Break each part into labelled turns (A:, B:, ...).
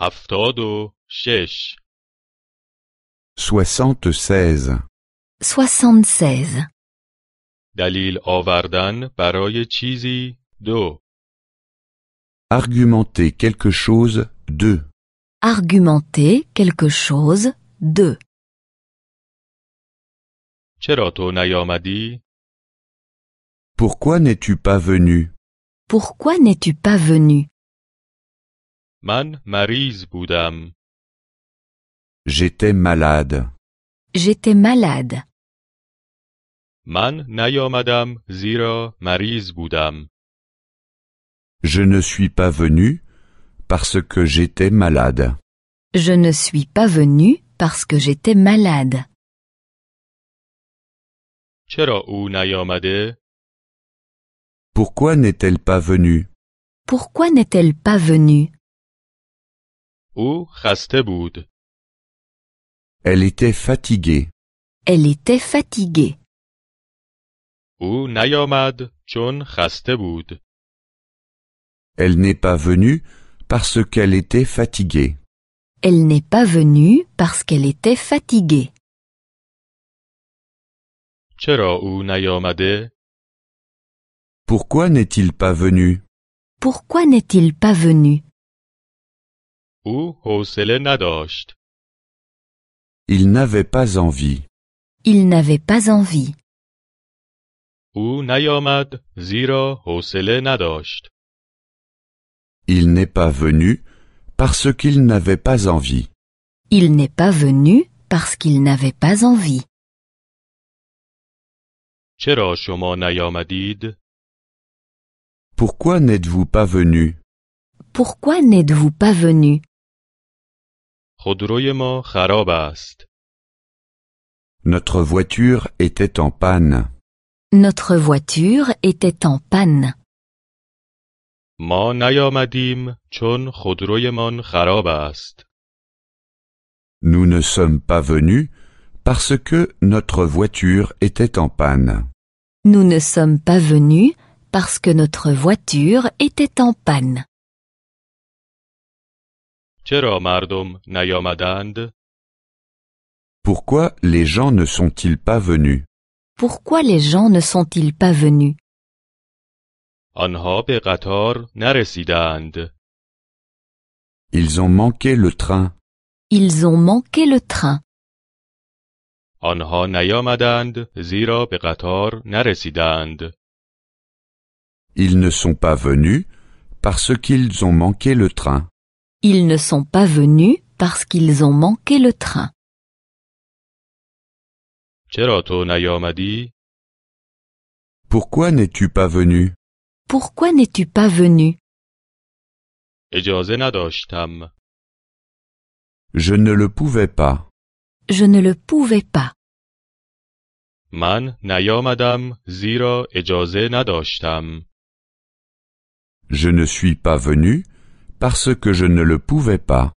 A: هفتاد و شش
B: 76.
C: 76.
A: دلیل آوردن برای چیزی دو
B: Argumenter quelque chose, 2.
C: Argumenter quelque chose de.
A: چرا تو نیامدی؟
B: Pourquoi n'es-tu pas venu
C: Pourquoi n'es-tu pas venu
A: من مریض بودم
B: J'étais malade.
C: J'étais malade.
A: من نیامدم زیرا مریض بودم
B: Je ne suis pas venu parce que j'étais malade.
C: Je ne suis pas venu parce que j'étais malade.
A: چرا او نیامده؟
B: Pourquoi n'est-elle pas venue
C: Pourquoi n'est-elle pas venue
A: او خسته بود
B: Elle était fatiguée.
C: Elle était fatiguée.
A: او نیامد چون خسته بود
B: Elle n'est pas venue parce qu'elle était fatiguée.
C: Elle n'est pas venue parce qu'elle était fatiguée.
A: چرا او نیامده؟
B: Pourquoi n'est-il pas venu
C: Pourquoi n'est-il pas venu
A: او حوصله نداشت
B: Il n'avait pas envie.
C: Il n'avait pas envie.
A: او نیامد زیرا حوصله نداشت
B: Il n'est pas venu parce qu'il n'avait pas envie.
C: Il n'est pas venu parce qu'il n'avait pas envie.
A: چرا شما نیامدید؟
B: Pourquoi n'êtes-vous pas venu
C: Pourquoi n'êtes-vous pas venu
A: خودروی ما خراب است.
B: Notre voiture était en panne.
C: Notre voiture était en panne.
A: ما نیامدیم چون خودرویمان خراب است.
B: Nous ne sommes pas venus parce que notre voiture était en panne.
C: Nous ne sommes pas venus parce que notre voiture était en panne.
A: چرا مردم نیامدند؟
B: Pourquoi les gens ne sont-ils pas venus
C: Pourquoi les gens ne sont-ils pas venus
A: آنها به قطار نرسیدند.
B: Ils ont manqué le train.
C: Ils ont manqué le train.
A: آنها نیامدند زیرا به قطار نرسیدند.
B: Ils ne sont pas venus parce qu'ils ont manqué le train.
C: Ils ne sont pas venus parce qu'ils ont manqué le train.
A: چرا تو نیامدی؟
B: Pourquoi n'es-tu pas venu
C: Pourquoi n'es-tu pas venu
A: اجازه نداشتم.
B: Je ne le pouvais pas.
C: Je ne le pouvais pas.
A: من نیامدم زیرا اجازه نداشتم.
B: Je ne suis pas venu parce que je ne le pouvais pas.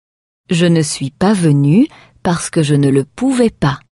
C: Je ne suis pas venu parce que je ne le pouvais pas.